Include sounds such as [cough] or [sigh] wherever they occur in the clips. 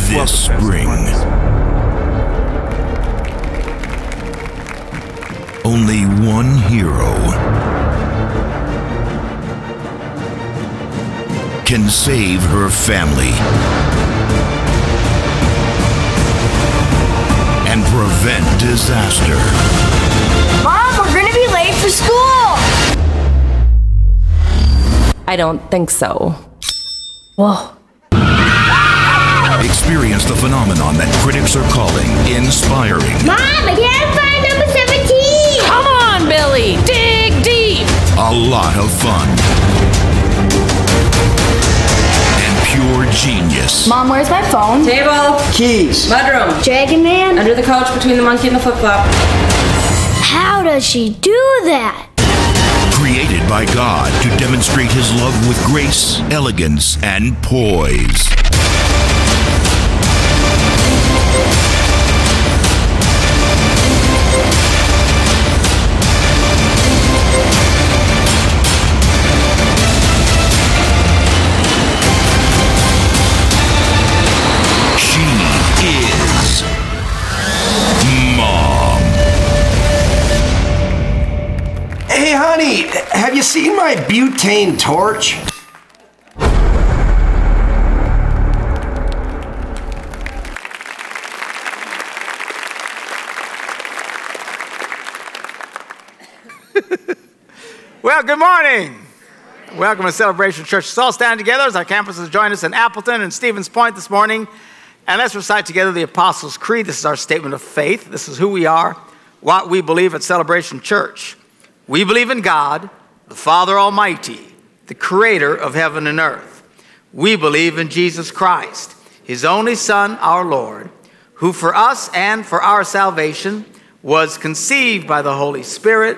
this spring. Only one hero can save her family and prevent disaster. Mom, we're gonna be late for school. I don't think so. Whoa. Experience the phenomenon that critics are calling inspiring. Mom, I can't find number 17. Come on, Billy! Dig deep! A lot of fun. And pure genius. Mom, where's my phone? Table, Keys. bedroom, Dragon Man. under the couch between the monkey and the flip flop. How does she do that? Created by God to demonstrate his love with grace, elegance, and poise. She is Mom. Hey, honey, have you seen my butane torch? Well, good morning. Welcome to Celebration Church. Let's all stand together as our campuses join us in Appleton and Stevens Point this morning. And let's recite together the Apostles' Creed. This is our statement of faith. This is who we are, what we believe at Celebration Church. We believe in God, the Father Almighty, the creator of heaven and earth. We believe in Jesus Christ, his only Son, our Lord, who for us and for our salvation was conceived by the Holy Spirit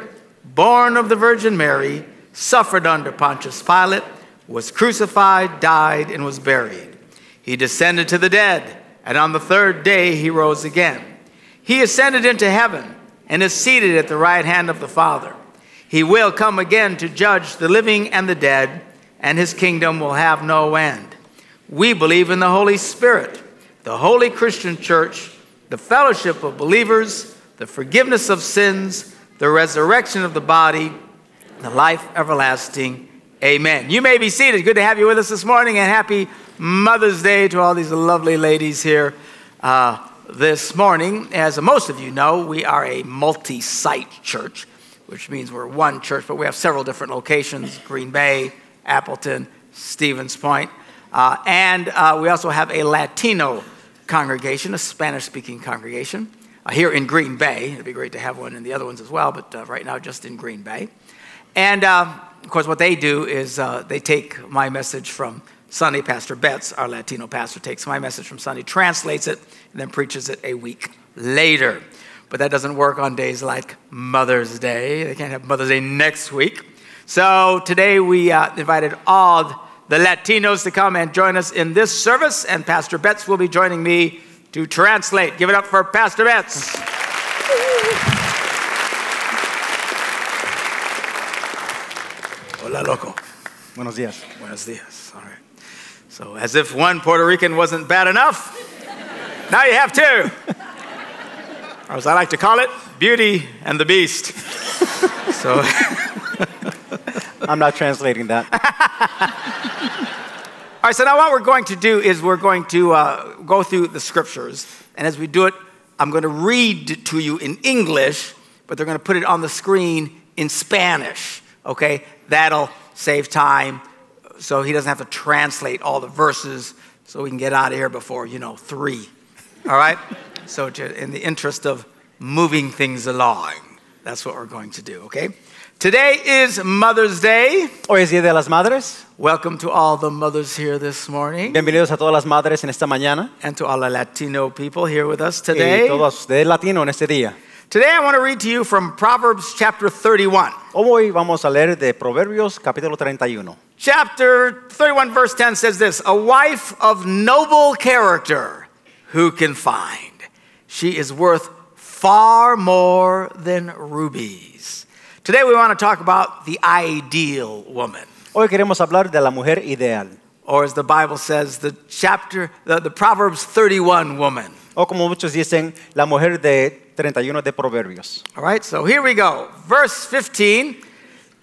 born of the Virgin Mary, suffered under Pontius Pilate, was crucified, died, and was buried. He descended to the dead, and on the third day he rose again. He ascended into heaven and is seated at the right hand of the Father. He will come again to judge the living and the dead, and his kingdom will have no end. We believe in the Holy Spirit, the holy Christian church, the fellowship of believers, the forgiveness of sins, the resurrection of the body, the life everlasting. Amen. You may be seated. Good to have you with us this morning, and happy Mother's Day to all these lovely ladies here uh, this morning. As most of you know, we are a multi site church, which means we're one church, but we have several different locations Green Bay, Appleton, Stevens Point. Uh, and uh, we also have a Latino congregation, a Spanish speaking congregation uh, here in Green Bay. It'd be great to have one in the other ones as well, but uh, right now just in Green Bay. And uh, of course, what they do is uh, they take my message from Sunday. Pastor Betts, our Latino pastor, takes my message from Sunday, translates it, and then preaches it a week later. But that doesn't work on days like Mother's Day. They can't have Mother's Day next week. So today we uh, invited all the Latinos to come and join us in this service, and Pastor Betts will be joining me to translate. Give it up for Pastor Betts. Hola, loco. Buenos dias. Buenos dias. All right. So, as if one Puerto Rican wasn't bad enough, now you have two. Or, as I like to call it, Beauty and the Beast. so, [laughs] I'm not translating that. All right, so now what we're going to do is we're going to uh, go through the scriptures. And as we do it, I'm going to read to you in English, but they're going to put it on the screen in Spanish, okay? That'll save time so he doesn't have to translate all the verses so we can get out of here before, you know, three. All right? [laughs] So, to, in the interest of moving things along, that's what we're going to do, okay? Today is Mother's Day. Hoy es Día de las Madres. Welcome to all the mothers here this morning Bienvenidos a todas las madres en esta mañana. and to all the Latino people here with us Y today. todos de latino en este día. Today I want to read to you from Proverbs chapter 31. Hoy vamos a leer de Proverbios capítulo 31. Chapter 31 verse 10 says this, "A wife of noble character who can find. She is worth far more than rubies." Today we want to talk about the ideal woman Hoy queremos hablar de la mujer ideal or as the Bible says, the chapter, the, the Proverbs 31 woman. O como muchos dicen, la mujer de 31 de Proverbios. All right, so here we go. Verse 15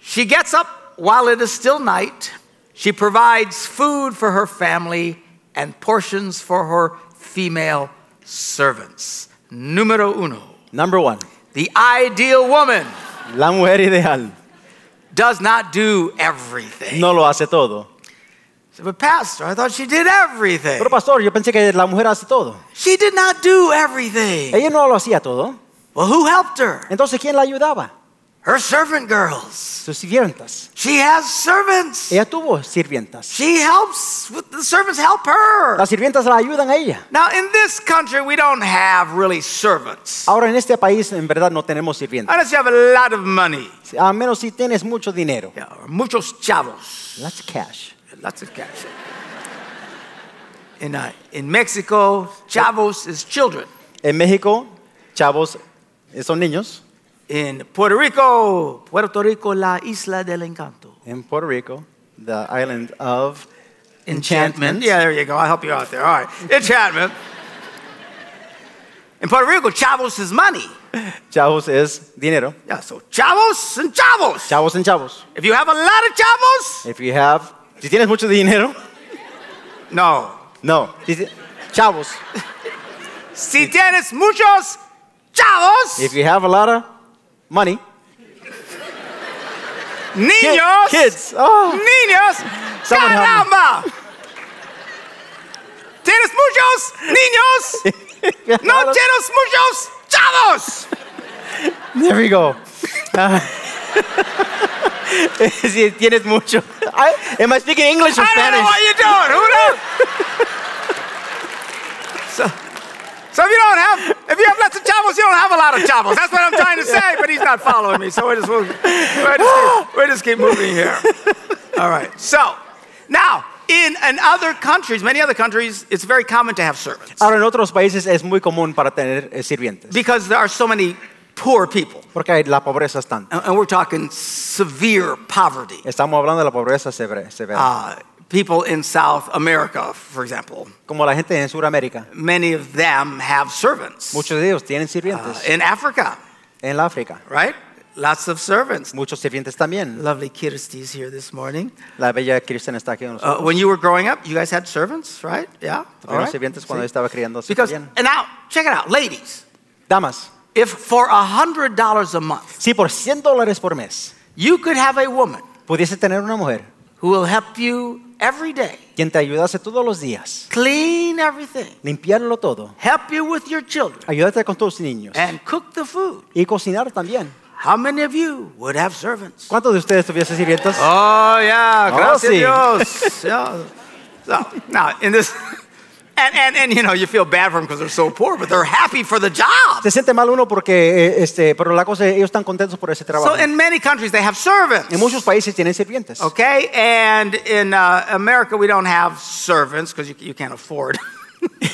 She gets up while it is still night. She provides food for her family and portions for her female servants. Numero uno. Number one, The ideal woman la mujer ideal does not do everything. no lo hace todo. So, but, Pastor, I thought she did everything. Pero pastor, yo pensé que la mujer hace todo. She did not do everything. Ella no lo hacía todo. Well, who helped her? Entonces, ¿quién la ayudaba? Her servant girls. Sus sirvientas. She has servants. Ella tuvo sirvientas. She helps, with- the servants help her. Las sirvientas la ayudan a ella. Now, in this country, we don't have really servants. Ahora en este país en verdad no tenemos sirvientas. Unless you have a lot of money. A menos si tienes mucho dinero. Yeah, or muchos chavos. That's cash. Lots of cash. In, uh, in Mexico, chavos is children. En México, chavos eh, son niños. In Puerto Rico, Puerto Rico, la isla del encanto. En Puerto Rico, the island of Enchantment. Yeah, there you go. I'll help you out there. All right. Enchantment. In Puerto Rico, chavos is money. Chavos es dinero. Yeah, so chavos and chavos. Chavos en chavos. If you have a lot of chavos, If you have, si tienes mucho dinero, no. no. Si ti- Chavos. Si tienes muchos chavos, If you have a lot of money, Ki- niños, kids. [laughs] Oh, niños, Someone help me. caramba. Tienes muchos niños, [laughs] no tienes muchos chavos. There we go. Ah. [laughs] si tienes mucho. I, am I speaking English or I don't know Spanish? what you're doing. Who knows? so, so if you don't have, if you have lots of chavos, you don't have a lot of chavos. That's what I'm trying to say, but he's not following me. So we just, we'll, we just, [gasps] keep, we just keep moving here. All right. So now, in, in other countries, many other countries, it's very common to have servants Ahora en otros países es muy común para tener eh, sirvientes, because there are so many poor people. porque hay- la pobreza es tanta. And, and we're talking severe poverty. Estamos hablando de la pobreza severa, severa. Uh, people in South America, for example, como la gente en Sudamérica. many of them have servants. Muchos de ellos tienen Uh, sirvientes. in Africa, en la África, right? Lots of servants. muchos sirvientes también. Lovely Kirsti's here this morning. La bella Kristen está aquí con Uh, nosotros. when you were growing up, you guys had servants, right? Yeah. Tuvieron sirvientes cuando yo See? estaba criando así Because también. and now check it out, ladies. Damas, If for a hundred dollars a month si por 100 dólares por mes you could have a woman pudiese tener una mujer who will help you every day, quien te ayudase todos los días, clean everything, limpiarlo todo, help you with your children, ayudarte con tus niños and cook the food, y cocinar también. how many of you would have servants? ¿Cuántos de ustedes tuviesen sirvientes? Oh yeah, Oh, gracias sí. [laughs] Dios. Yeah. So now in this, and, and and you know you feel bad for them because they're so poor, but they're happy for the job. Se siente mal uno porque, eh, este, pero la cosa, ellos están contentos por ese So trabajo. in many countries they have servants. en muchos países tienen sirvientes. Okay, and in uh, America we don't have servants because you, you can't afford. [laughs] the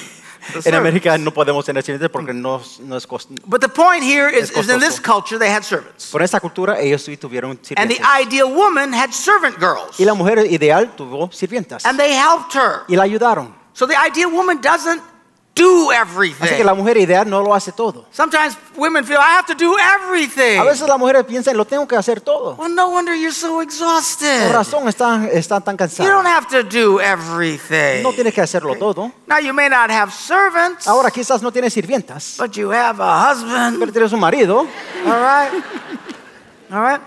En servant. América no podemos tener sirvientes porque no, no es cost- But the point here is, Es is in this costoso. culture they had servants, Por esta cultura ellos sí tuvieron and the sirvientes. ideal woman had servant girls, Y la mujer ideal tuvo sirvientas. and they helped her. Y la ayudaron. So the ideal woman doesn't do Así everything. que la mujer ideal no lo hace todo. Sometimes women feel I have to do everything. A veces las mujeres piensan, lo tengo que hacer todo. Well, no wonder you're so Por exhausted. razón están, están tan You don't cansadas. have to do everything. No tienes que hacerlo todo. Now you may not have servants, Ahora quizás no tienes sirvientas, but you have a husband. pero tienes un marido. All right. All right.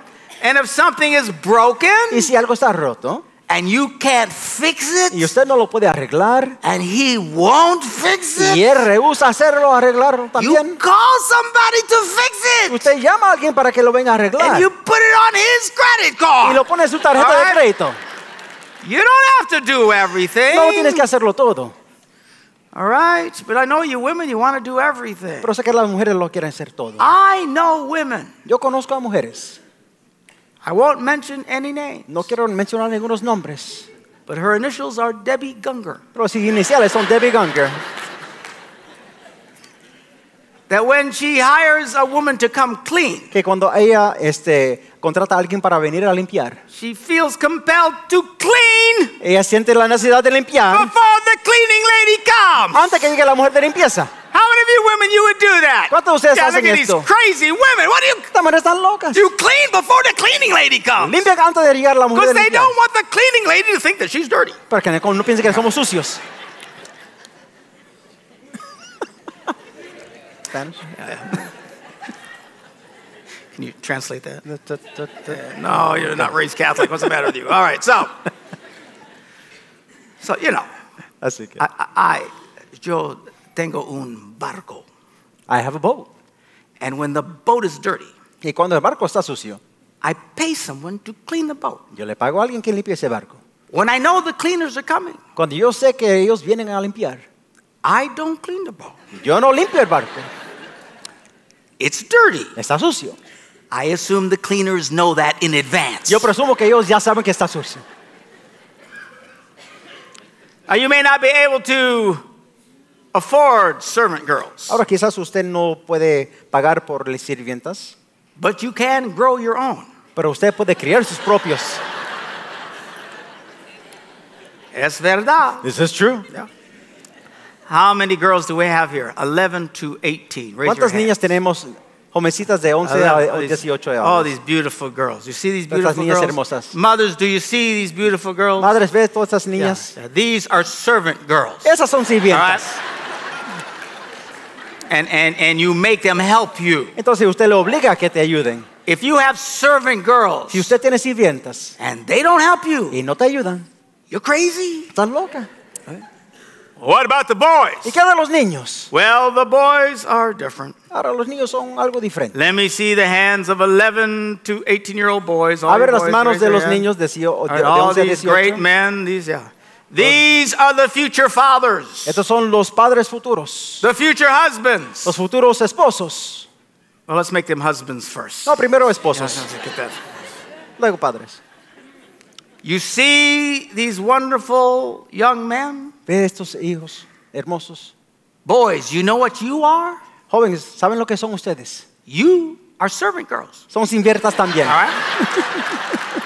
And if something is broken Y si algo está roto and you can't fix y it, usted no lo puede arreglar and he won't fix y it, él rehúsa hacerlo, arreglarlo you también, call somebody to fix it usted llama a alguien para que lo venga a and arreglar you put it on his credit y lo card. pone en su tarjeta de Alright. crédito. You don't have to do everything. No tienes que hacerlo todo. All right, but I know you women, you want to do everything. Pero sé que las mujeres lo quieren hacer todo. I know women. Yo conozco a mujeres, I won't mention any name, no quiero mencionar ningunos nombres, but her initials are Debbie Gunger. pero sus iniciales son Debbie Gunger. that when she hires a woman to come clean, que cuando ella este, contrata a alguien para venir a limpiar, she feels compelled to clean ella siente la necesidad de limpiar before the cleaning lady comes. antes que llegue la mujer de limpieza. How many of you women you would do that? ¿Cuántos de ustedes yeah, hacen look at esto? these crazy women. What do you Estas mujeres están locas. you clean before the cleaning lady comes? Limpian antes de llegar la mujer Because de they limpieza. don't want the cleaning lady to think that she's dirty. Para que no piensen que somos sucios. Tan, Can you translate that? ta, ta, ta, ta. No, you're not raised Catholic. What's the matter with you? All right, so, so you know, Así que. I, I yo tengo un barco, I have a boat. and when the boat is dirty, Y cuando el barco está sucio, I pay someone to clean the boat. yo le pago a alguien que limpie ese barco. When I know the cleaners are coming, Cuando yo sé que ellos vienen a limpiar, I don't clean the boat. yo no limpio el barco. It's dirty. Está sucio. I assume the cleaners know that in advance. Yo presumo que ellos ya saben que está sucio. Now, you may not be able to afford servant girls, Ahora quizás usted no puede pagar por las sirvientas, but you can grow your own. pero usted puede criar sus propios. Es verdad. This is true. How many girls do we have here? 11 to 18. Raise ¿Cuántas your hand. niñas tenemos jovencitas de 11 I a love these- 18 Oh, años? these beautiful girls. You see these Estas beautiful niñas girls? hermosas. Mothers, do you see these beautiful girls? Madres, ve todas estas Yeah. niñas. Yeah, These are servant girls. Esas son All right? sirvientas. [laughs] And, and, and you make them help you. Entonces usted le obliga a que te ayuden. If you have servant girls Si usted tiene sirvientas and they don't help you, y no te ayudan, you're crazy. estás loca. What about the ¿Y boys? qué de los niños? Well, the boys are different. Ahora los niños son algo diferente. Let me see the hands of 11 to 18 year old boys. All A ver you las boys, manos raise de your los hand. niños de, cio- de, And de all 11 a these great 18. men, these, yeah. These are the future fathers, Estos son los padres futuros, the future husbands. los futuros esposos. Well, let's make them husbands first. No, primero Yeah, esposos, yeah, get that. luego padres. You see these wonderful young men? Ve estos hijos hermosos. Boys, you know what you are? Jóvenes, ¿saben lo que son ustedes? You are servant girls. Son sirvientas también. All [laughs] right?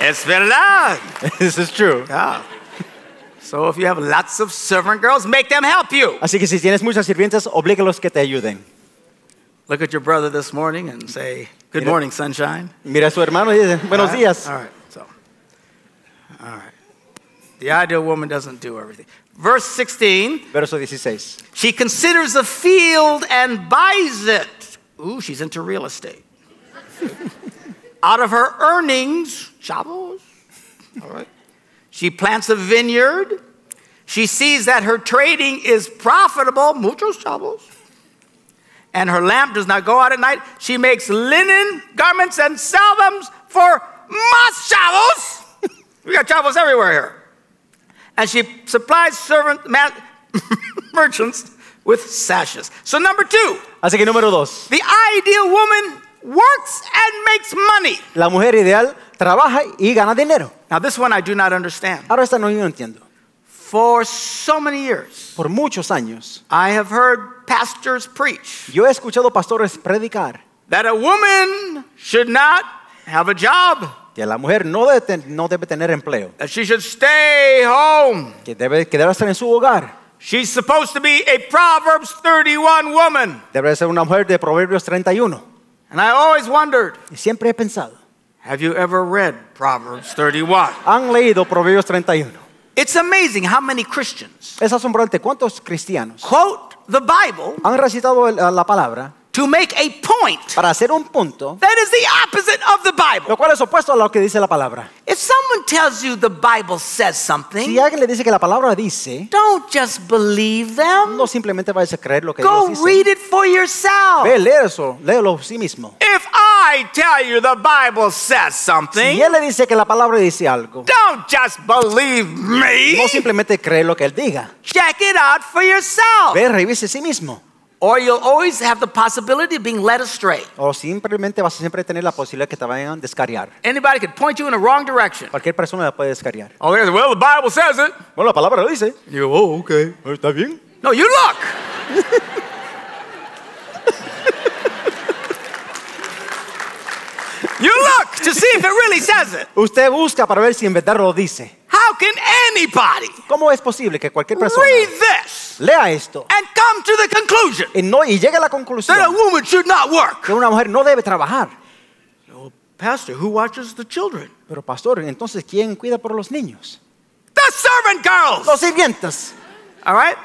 es verdad. This is true. Yeah. So if you have lots of servant girls, make them help you. Así que si tienes muchas sirvientas, oblígalos que te ayuden. Look at your brother this morning and say, Good Mira. morning, sunshine. Mira a su hermano y dice, buenos All right? días. All right, so. All right. The ideal woman doesn't do everything. Verse 16, Verso 16. she considers a field and buys it. Ooh, she's into real estate. [laughs] Out of her earnings, chavos, all right, she plants a vineyard. She sees that her trading is profitable, muchos chavos. And her lamp does not go out at night. She makes linen garments and sells them for mas chavos. [laughs] We got chavos everywhere here. And she supplies servant ma- [laughs] merchants with sashes. So, number two, Así que número dos. the ideal woman works and makes money. La mujer ideal trabaja y gana dinero. Now, this one I do not understand. Ahora esta no yo no entiendo. For so many years, Por muchos años I have heard pastors preach yo he escuchado pastores predicar that a woman should not have a job, que la mujer no debe, ten- no debe tener empleo, that she should stay home. que debe, que debe estar en su hogar. She's supposed to be a Proverbs 31 woman. Debe ser una mujer de Proverbios 31. And I always wondered Y siempre he pensado, have you ever read Proverbs 31? han leído Proverbios 31. It's amazing how many Christians Es asombrante cuántos cristianos quote the Bible han recitado el- la palabra to make a point para hacer un punto, that is the opposite of the Bible. lo cual es opuesto a lo que dice la palabra. If someone tells you the Bible says something, Si alguien le dice que la palabra dice, don't just believe them. no simplemente vayas a creer lo que Go ellos read dicen. it for yourself. Ve, lee eso, léelo sí mismo. If I tell you the Bible says something, Si él le dice que la palabra dice algo, don't just believe me. no simplemente cree lo que él diga. Check it out for yourself. Ve, revise sí mismo. or you'll always have the possibility of being led astray. O simplemente vas a siempre tener la posibilidad que te vayan a descarriar. Anybody could point you in the wrong direction. Cualquier persona la puede descarriar. Oh, there's, well, the Bible says it. Bueno, la palabra lo dice. You go, oh, okay. Está bien. No, you look. you look to see if it really says it. Usted busca para ver si en verdad lo dice. How can anybody ¿Cómo es posible que cualquier persona read this lea esto and come to the conclusion y, no, y llegue a la that a conclusión woman should not work? que una mujer no debe trabajar? Pastor, who watches the children? Pero pastor, entonces ¿quién cuida por los niños? The servant girls. Los sirvientes. All right?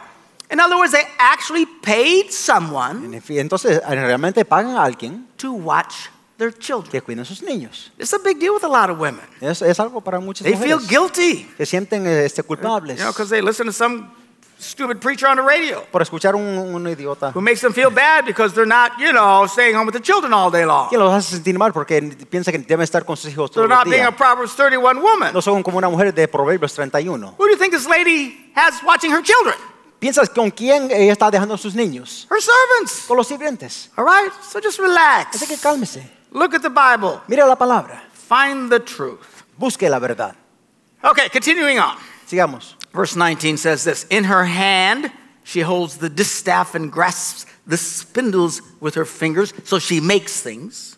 In other words, they actually paid someone En fin, Entonces realmente pagan a alguien to watch their children. que cuida a sus niños. It's a big deal with a lot of women. Es, es algo para muchas They feel mujeres. guilty, Se sienten eh, este, culpables you know, because they listen to some stupid preacher on the radio por escuchar un, un idiota. who makes them feel bad because they're not, you know, staying home with the children all day long. Que los hace sentir mal porque piensa que deben estar con sus hijos todo They're el not being día. a Proverbs 31 woman. No son como una mujer de Proverbios 31. Who do you think this lady has watching her children? ¿Piensas con quién ella está dejando a sus niños? Her servants. Con los sirvientes. All right? So just Así que relax. cálmese. Look at the Bible. Mira la palabra. Find the truth. Busque la verdad. Okay, continuing on. Sigamos. Verse 19 says this In her hand she holds the distaff and grasps the spindles with her fingers, so she makes things.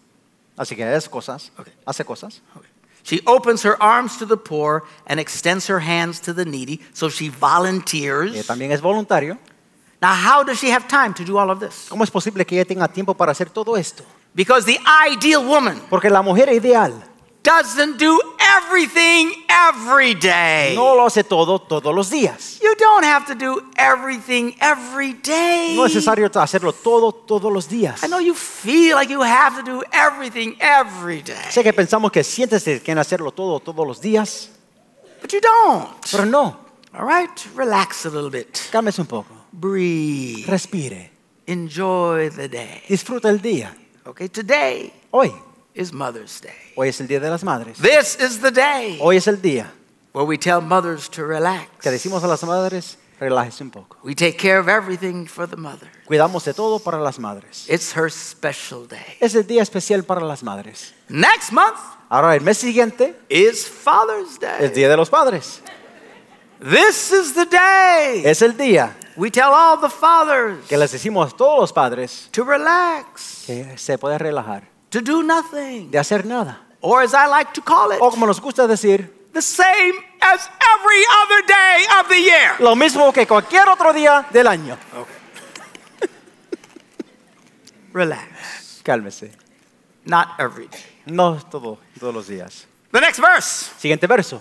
Así que es cosas. Ok. Hace cosas. She opens her arms to the poor and extends her hands to the needy, so she volunteers. Eh, también es voluntario. Now, how does she have time to do all of this? ¿Cómo es posible que ella tenga tiempo para hacer todo esto? Because the ideal woman Porque la mujer ideal doesn't do everything every day. no lo hace todo todos los días. You don't have to do everything every day. No es necesario hacerlo todo todos los días. I know you feel like you have to do everything every day. Sé que pensamos que sientes que quieren hacerlo todo todos los días, But you don't. pero no. All right? Relax a little bit. Cálmese un poco. Breathe. Respire. Enjoy the day. Disfruta el día. Okay, today Hoy. is Mother's Day. Hoy es el Día de las Madres. This is the day Hoy es el día where we tell mothers to que relax. decimos a las madres, relájese un poco. We take care of everything for the mother. Cuidamos de todo para las madres. It's her special day. Es el día especial para las madres. Next month Ahora, el mes siguiente is Father's es Day. Día de los Padres. This is the day Es el día we tell all the fathers que les decimos a todos los padres to relax, que se puede relajar, to do nothing, de hacer nada. or as I like to call O it, como nos gusta decir, the same as every other day of the year. lo mismo que cualquier otro día del año. Relax. Cálmese. Not every day. No todo, todos los días. The next verse. Siguiente verso.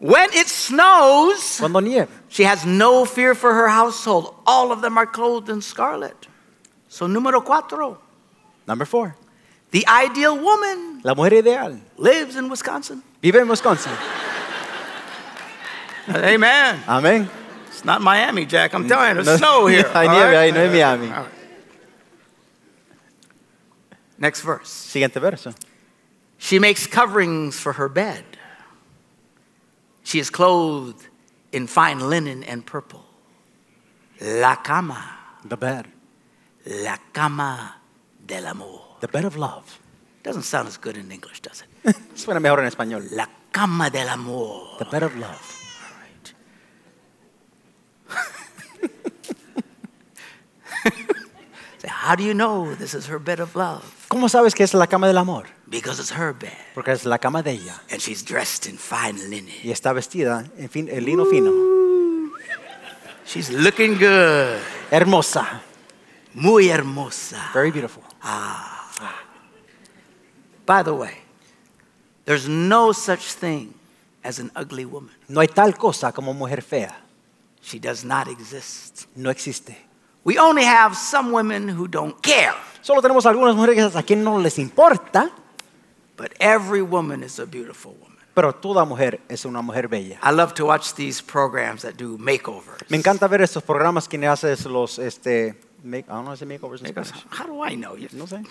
When it snows, Cuando nieve. she has no fear for her household. All of them are clothed in scarlet. So, numero cuatro. Number four. The ideal woman La mujer ideal. lives in Wisconsin. Vive en Wisconsin. Amen. Amén. It's not Miami, Jack. I'm telling you, No- there's snow [laughs] here. Hay all nieve right? ahí, no es Miami. All right. Next verse. Siguiente verso. She makes coverings for her bed. She is clothed in fine linen and purple. La cama. The bed. La cama del amor. The bed of love. Doesn't sound as good in English, does it? Suena mejor en español. La cama del amor. The bed of love. Say, how do you know this is her bed of love? ¿Cómo sabes que es la cama del amor? Because it's her bed, Porque es la cama de ella. and she's dressed in fine Y linen. está vestida, en fin, el lino fino. She's looking good, Hermosa. muy hermosa. Very beautiful. By the way, there's no such thing as an ugly woman. No hay tal cosa como mujer fea. She does not exist. No existe. We only have some women who don't care, Solo tenemos algunas mujeres a quien no les importa, but every woman is a beautiful woman. pero toda mujer es una mujer bella. I love to watch these programs that do makeovers. Me encanta ver estos programas que hace los, este, make, I don't know, is it makeovers in Because Spanish? how do I know? You- No sé.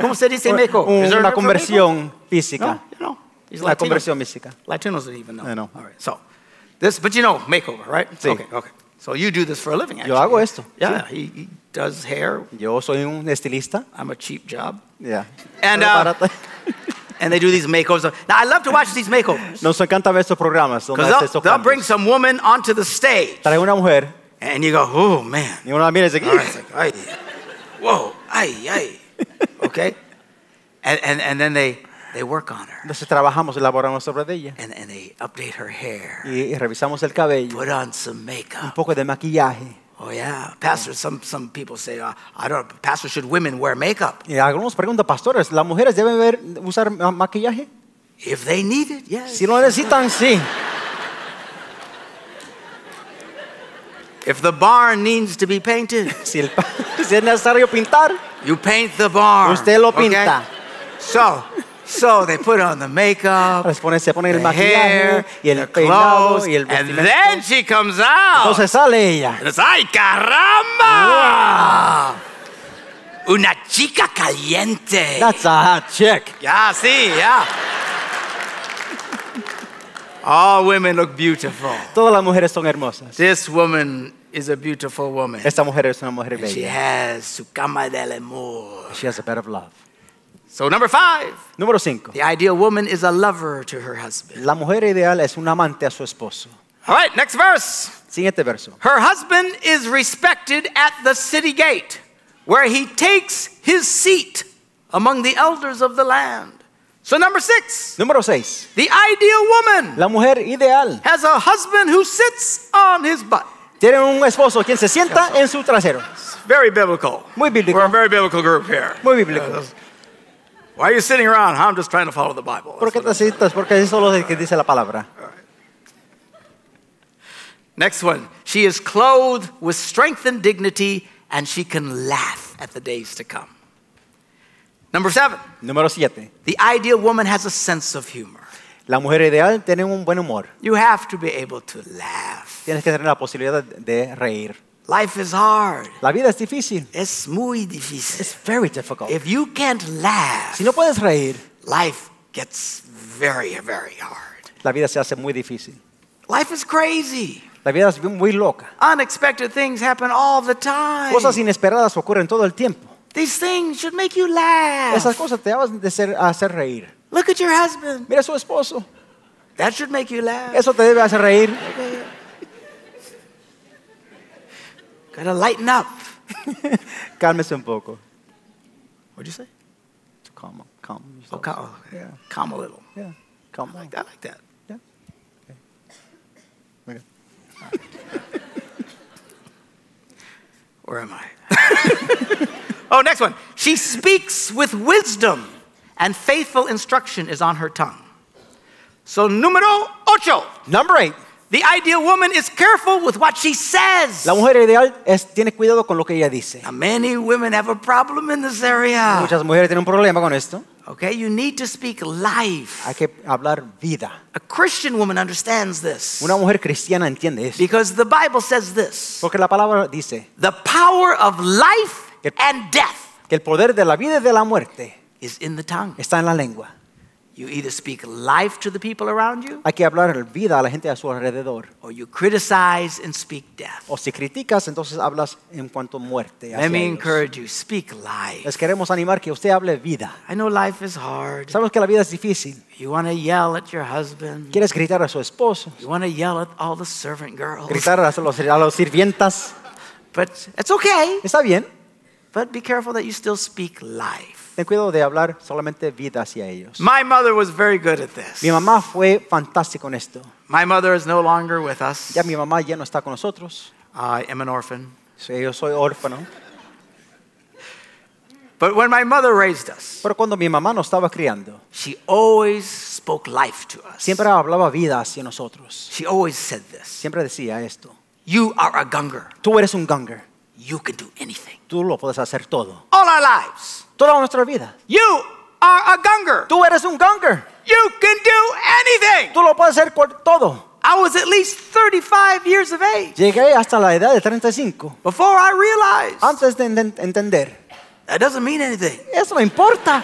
¿Cómo se dice makeover? Is there a [laughs] Una word for makeover? conversión física. No, you know. He's Una Latino. conversión física. Latinos don't even know. I know. All right. So, this, but you know, makeover, right? Sí. Okay, okay. So you do this for a living, actually. hago esto, Yeah, he, he does hair. Yo soy un estilista. I'm a cheap job. [laughs] Yeah. And, Pero uh, barato. And they do these makeovers. Now, I love to watch these makeovers. Nos encanta ver estos programas donde hace Because estos they'll, they'll bring cambios. some woman onto the stage. Trae una mujer And you go, oh, man. y uno la mira y dice, All right, it's like, ay, whoa, [laughs] ay, ay. Okay? And, and, and then they, they work on her. entonces trabajamos, elaboramos sobre de ella And, and they update her hair, y, y revisamos el cabello, put on some un makeup. poco de maquillaje. Oh, yeah. Pastor, some, some people say, uh, I don't know, pastor, should women wear makeup? Y algunos preguntan, pastores, ¿las mujeres deben ver, usar ma- maquillaje? If they need it, yes. Si lo necesitan, sí. If the barn needs to be painted, Si, el pa- [laughs] si es necesario pintar, you paint the barn. usted lo okay? pinta. So, so they put on the makeup, Les pone- se pone el the hair, maquillaje y the el clothes, peinado y el and vestimenta. then she comes out. Entonces sale ella. And it's, ¡ay, caramba! Una chica caliente. That's a hot chick. yeah, see, yeah. All women look beautiful. Todas las mujeres son hermosas. This woman is a beautiful woman. Esta mujer es una mujer And she bella. has su cama del amor. She has a bed of love. So number five, Número 5. the ideal woman is a lover to her husband. La mujer ideal es un amante a su esposo. All right, next verse. Siguiente verso. Her husband is respected at the city gate, where he takes his seat among the elders of the land. So number six, Número 6. the ideal woman La mujer ideal has a husband who sits on his butt. tiene un esposo quien se sienta en su trasero. Very biblical. Muy bíblico. We're a very biblical group here. Muy bíblico. Why are you sitting around? I'm just trying to follow the Bible. ¿Por qué That's what te sientas? Porque eso es lo que dice la palabra. I'm- Next one. She is clothed with strength and dignity, and she can laugh at the days to come. Number seven. Número 7. The ideal woman has a sense of humor. La mujer ideal tiene un buen humor. You have to be able to laugh. Tienes que tener la posibilidad de reír. Life is hard. La vida es difícil. Es muy difícil. It's very difficult. If you can't laugh, Si no puedes reír, life gets very, very hard. la vida se hace muy difícil. Life is crazy. La vida es muy loca. Unexpected things happen all the time. Cosas inesperadas ocurren todo el tiempo. These things should make you laugh. Esas cosas te hacen de ser- hacer reír. Look at your husband. Mira a su esposo. That should make you laugh. Eso te debe hacer reír. Gotta lighten up. Cálmese un poco. What'd you say? Calm, calm. Oh, calm, oh, Yeah. calm a little. Yeah, calm. I like that. I like that. Yeah. Okay. Okay. [laughs] Where am I? [laughs] oh, next one. She speaks with wisdom, and faithful instruction is on her tongue. So, numero ocho. Number eight. The ideal woman is careful with what she says. La mujer ideal es, tiene cuidado con lo que ella dice. Now, many women have a problem in this area. Muchas mujeres tienen un problema con esto. Okay, you need to speak life. Hay que hablar vida. A Christian woman understands this Una mujer cristiana entiende eso. because the Bible says this Porque la palabra dice the power of life Yep. and death que el poder de la vida y de la muerte is in the tongue. está en la lengua. You either speak life to the people around you Hay que hablar vida a la gente a su alrededor. or you criticize and speak death. O si criticas, entonces hablas en cuanto a muerte. hacia Let me ellos. encourage you speak life. Les queremos animar que usted hable vida. I know life is hard. Sabemos que la vida es difícil. You want to yell at your husband, Quieres gritar a su esposo, you want to yell at all the servant girls, gritar a los, a los sirvientas. but it's okay. Está bien. But be careful that you still speak life. Ten cuidado de hablar solamente vida hacia ellos. My mother was very good at this. Mi mamá fue fantástica en esto. My mother is no longer with us. Uh, Ya mi mamá ya no está con nosotros. I am an orphan. Sí, Yo soy órfano. But when my mother raised us, Pero cuando mi mamá nos estaba criando, she always spoke life to us. siempre hablaba vida hacia nosotros. She always said this Siempre decía esto. You are a gunger. Tú eres un ganger. You can do anything. Tú lo puedes hacer todo. All our lives. Toda nuestra vida. You are a gunger. Tú eres un ganger. You can do anything. Tú lo puedes hacer cual- todo. I was at least 35 years of age Llegué hasta la edad de 35 before I realized antes de enten- entender. that doesn't mean anything. Eso no importa.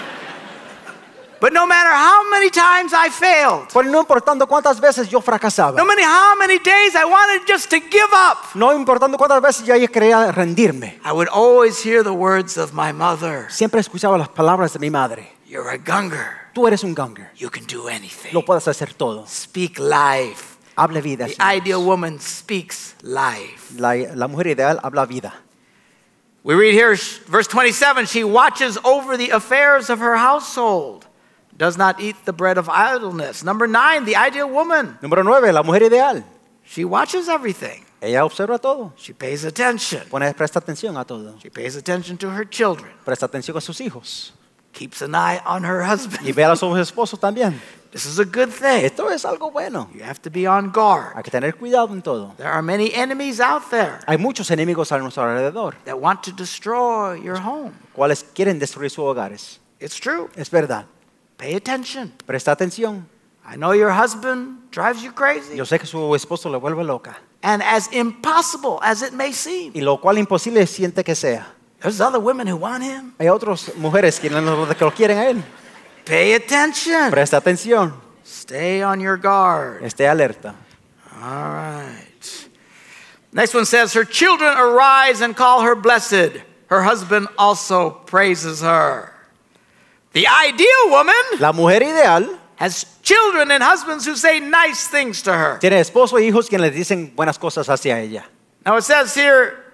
But no matter how many times I failed, Pero no importando cuántas veces yo fracasaba, no matter how many days I wanted just to give up, no importando cuántas veces ya yo quería rendirme, I would always hear the words of my mother siempre escuchaba las palabras de mi madre. You're a gunger. Tú eres un ganger, You can do anything. lo puedes hacer todo. Speak life. Hable vida. The señores. ideal woman speaks life. La, la mujer ideal habla vida. We read here, sh- verse 27 she watches over the affairs of her household, does not eat the bread of idleness. Number nine, the ideal woman. Número 9, la mujer ideal. She watches everything, Ella observa todo. she pays attention. Pone, presta atención a todo. She pays attention to her children, Presta atención a sus hijos. keeps an eye on her Y husband. ve a sus esposos también. [laughs] This is a good thing. Esto es algo bueno. You have to be on guard. Hay que tener cuidado en todo. There are many enemies out there Hay muchos enemigos a nuestro alrededor, that want to destroy your home. cuales quieren destruir sus hogares. It's true. Es verdad. Pay attention. Presta atención. I know your husband drives you crazy. Yo sé que su esposo le vuelve loca. And as impossible as it may seem, Y lo cual imposible siente que sea. There's other women who want him. Hay otras mujeres que lo, que lo quieren a él. Pay attention. Presta atención. Stay on your guard. Esté alerta. All right. Next one says, Her children arise and call her blessed. Her husband also praises her. The ideal woman La mujer ideal has children and husbands who say nice things to her. tiene esposo e hijos quienes le dicen buenas cosas hacia ella. Now it says here,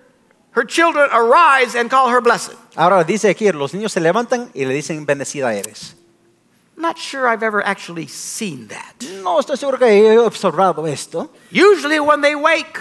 Her children arise and call her blessed. Ahora dice aquí, los niños se levantan y le dicen bendecida eres. Not sure I've ever actually seen that. No estoy seguro que he observado esto. Usually, when they wake,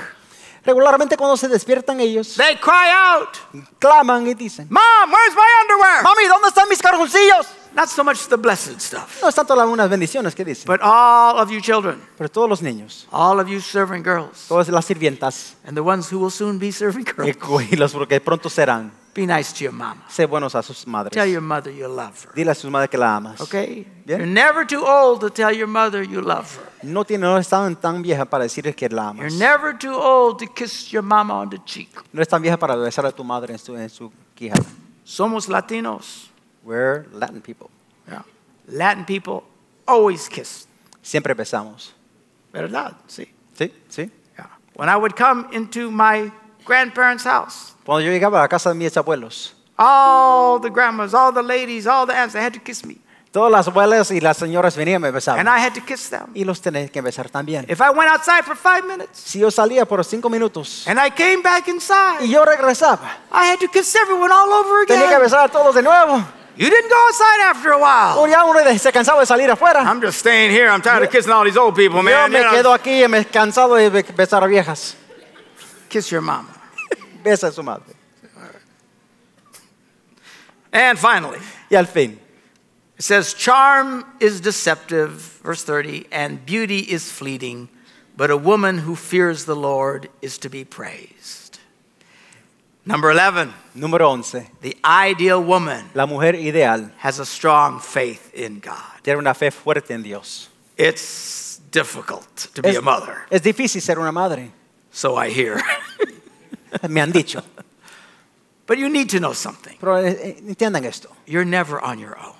Regularmente cuando se despiertan ellos, they cry out, claman y dicen, Mom, where's my underwear? mami, ¿dónde están mis cargoncillos? Not so much the blessed stuff, No es tanto las unas bendiciones que dicen, but all of you children, pero todos los niños, all of you servant girls, todas las sirvientas and the ones who will soon be serving [laughs] y girls. cu- y los que pronto serán, Be nice to your mama. sé buenos a sus madres. Tell your mother you love her. Dile a sus madres que la amas. Okay? Yeah. You're never too old to tell your mother you love her. No, tiene, no es tan, tan vieja para decirles que la amas. You're never too old to kiss your mama on the cheek. No es tan vieja para besar a tu madre en su, en su quijada. Somos Latinos. We're Latin people. Yeah. Latin people always kiss. Siempre besamos. ¿Verdad? Sí. ¿Sí? ¿Sí? Yeah. When I would come into my grandparents' house, Cuando yo llegaba a la casa de mis abuelos, all the grandmas, all the ladies, all the aunts, they had to kiss me. todas las abuelas y las señoras venían y me besaban. And I had to kiss them. Y los tenés que besar también. If I went outside for five minutes Si yo salía por cinco minutos and I came back y inside, yo regresaba, I had to kiss everyone all over tenía que again. besar a todos de nuevo. You didn't go outside after a O while. ya uno de- se cansaba de salir afuera. I'm just staying here. I'm tired of kissing all these old people, Yo man. me You know, quedo aquí y me cansado de be- besar a viejas. Kiss your mama. Besa a su madre. And finally, Y al fin, it says, Charm is deceptive, verse 30, and beauty is fleeting, but a woman who fears the Lord is to be praised. Number 11, número 11. the ideal woman La mujer ideal has a strong faith in God. tiene una fe fuerte en Dios. It's difficult to be Es- a mother, Es difícil ser una madre, so I hear. [laughs] me han dicho. but you need to know something. Pero eh, eh, entiendan esto, You're never on your own.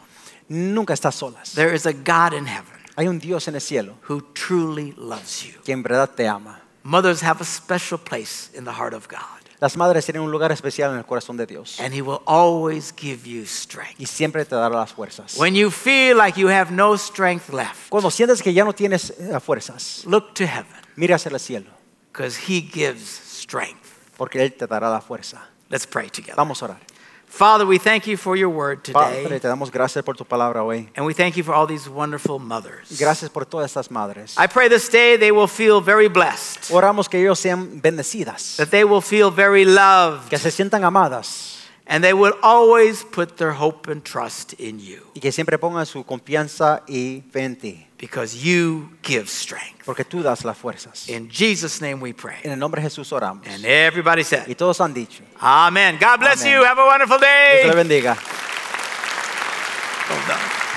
nunca estás solas. There is a God in heaven Hay un Dios en el cielo who truly loves you. que en verdad te ama. Mothers have a special place in the heart of God, Las madres tienen un lugar especial en el corazón de Dios and He will always give you y strength. siempre te dará las fuerzas. When you feel like you have no strength left, Cuando sientes que ya no tienes eh, fuerzas, look to heaven mira hacia el cielo, because He gives strength. porque Él te dará la fuerza. Let's pray together. Vamos a orar. Father, we thank you for your word Padre, today, te damos gracias por tu palabra hoy. and we thank you for all these wonderful mothers. Gracias por todas estas madres. I pray this day they will feel very blessed, Oramos que ellos sean bendecidas, that they will feel very loved, que se sientan amadas and they will always put their hope and trust in you y que siempre pongan su confianza y fe en ti, because you give strength. porque tú das las fuerzas. In Jesus' name we En pray. el nombre de Jesús oramos. And everybody Y said, todos han dicho, Amen. God bless Amen. you. Have a wonderful Dios te day. bendiga. Well done.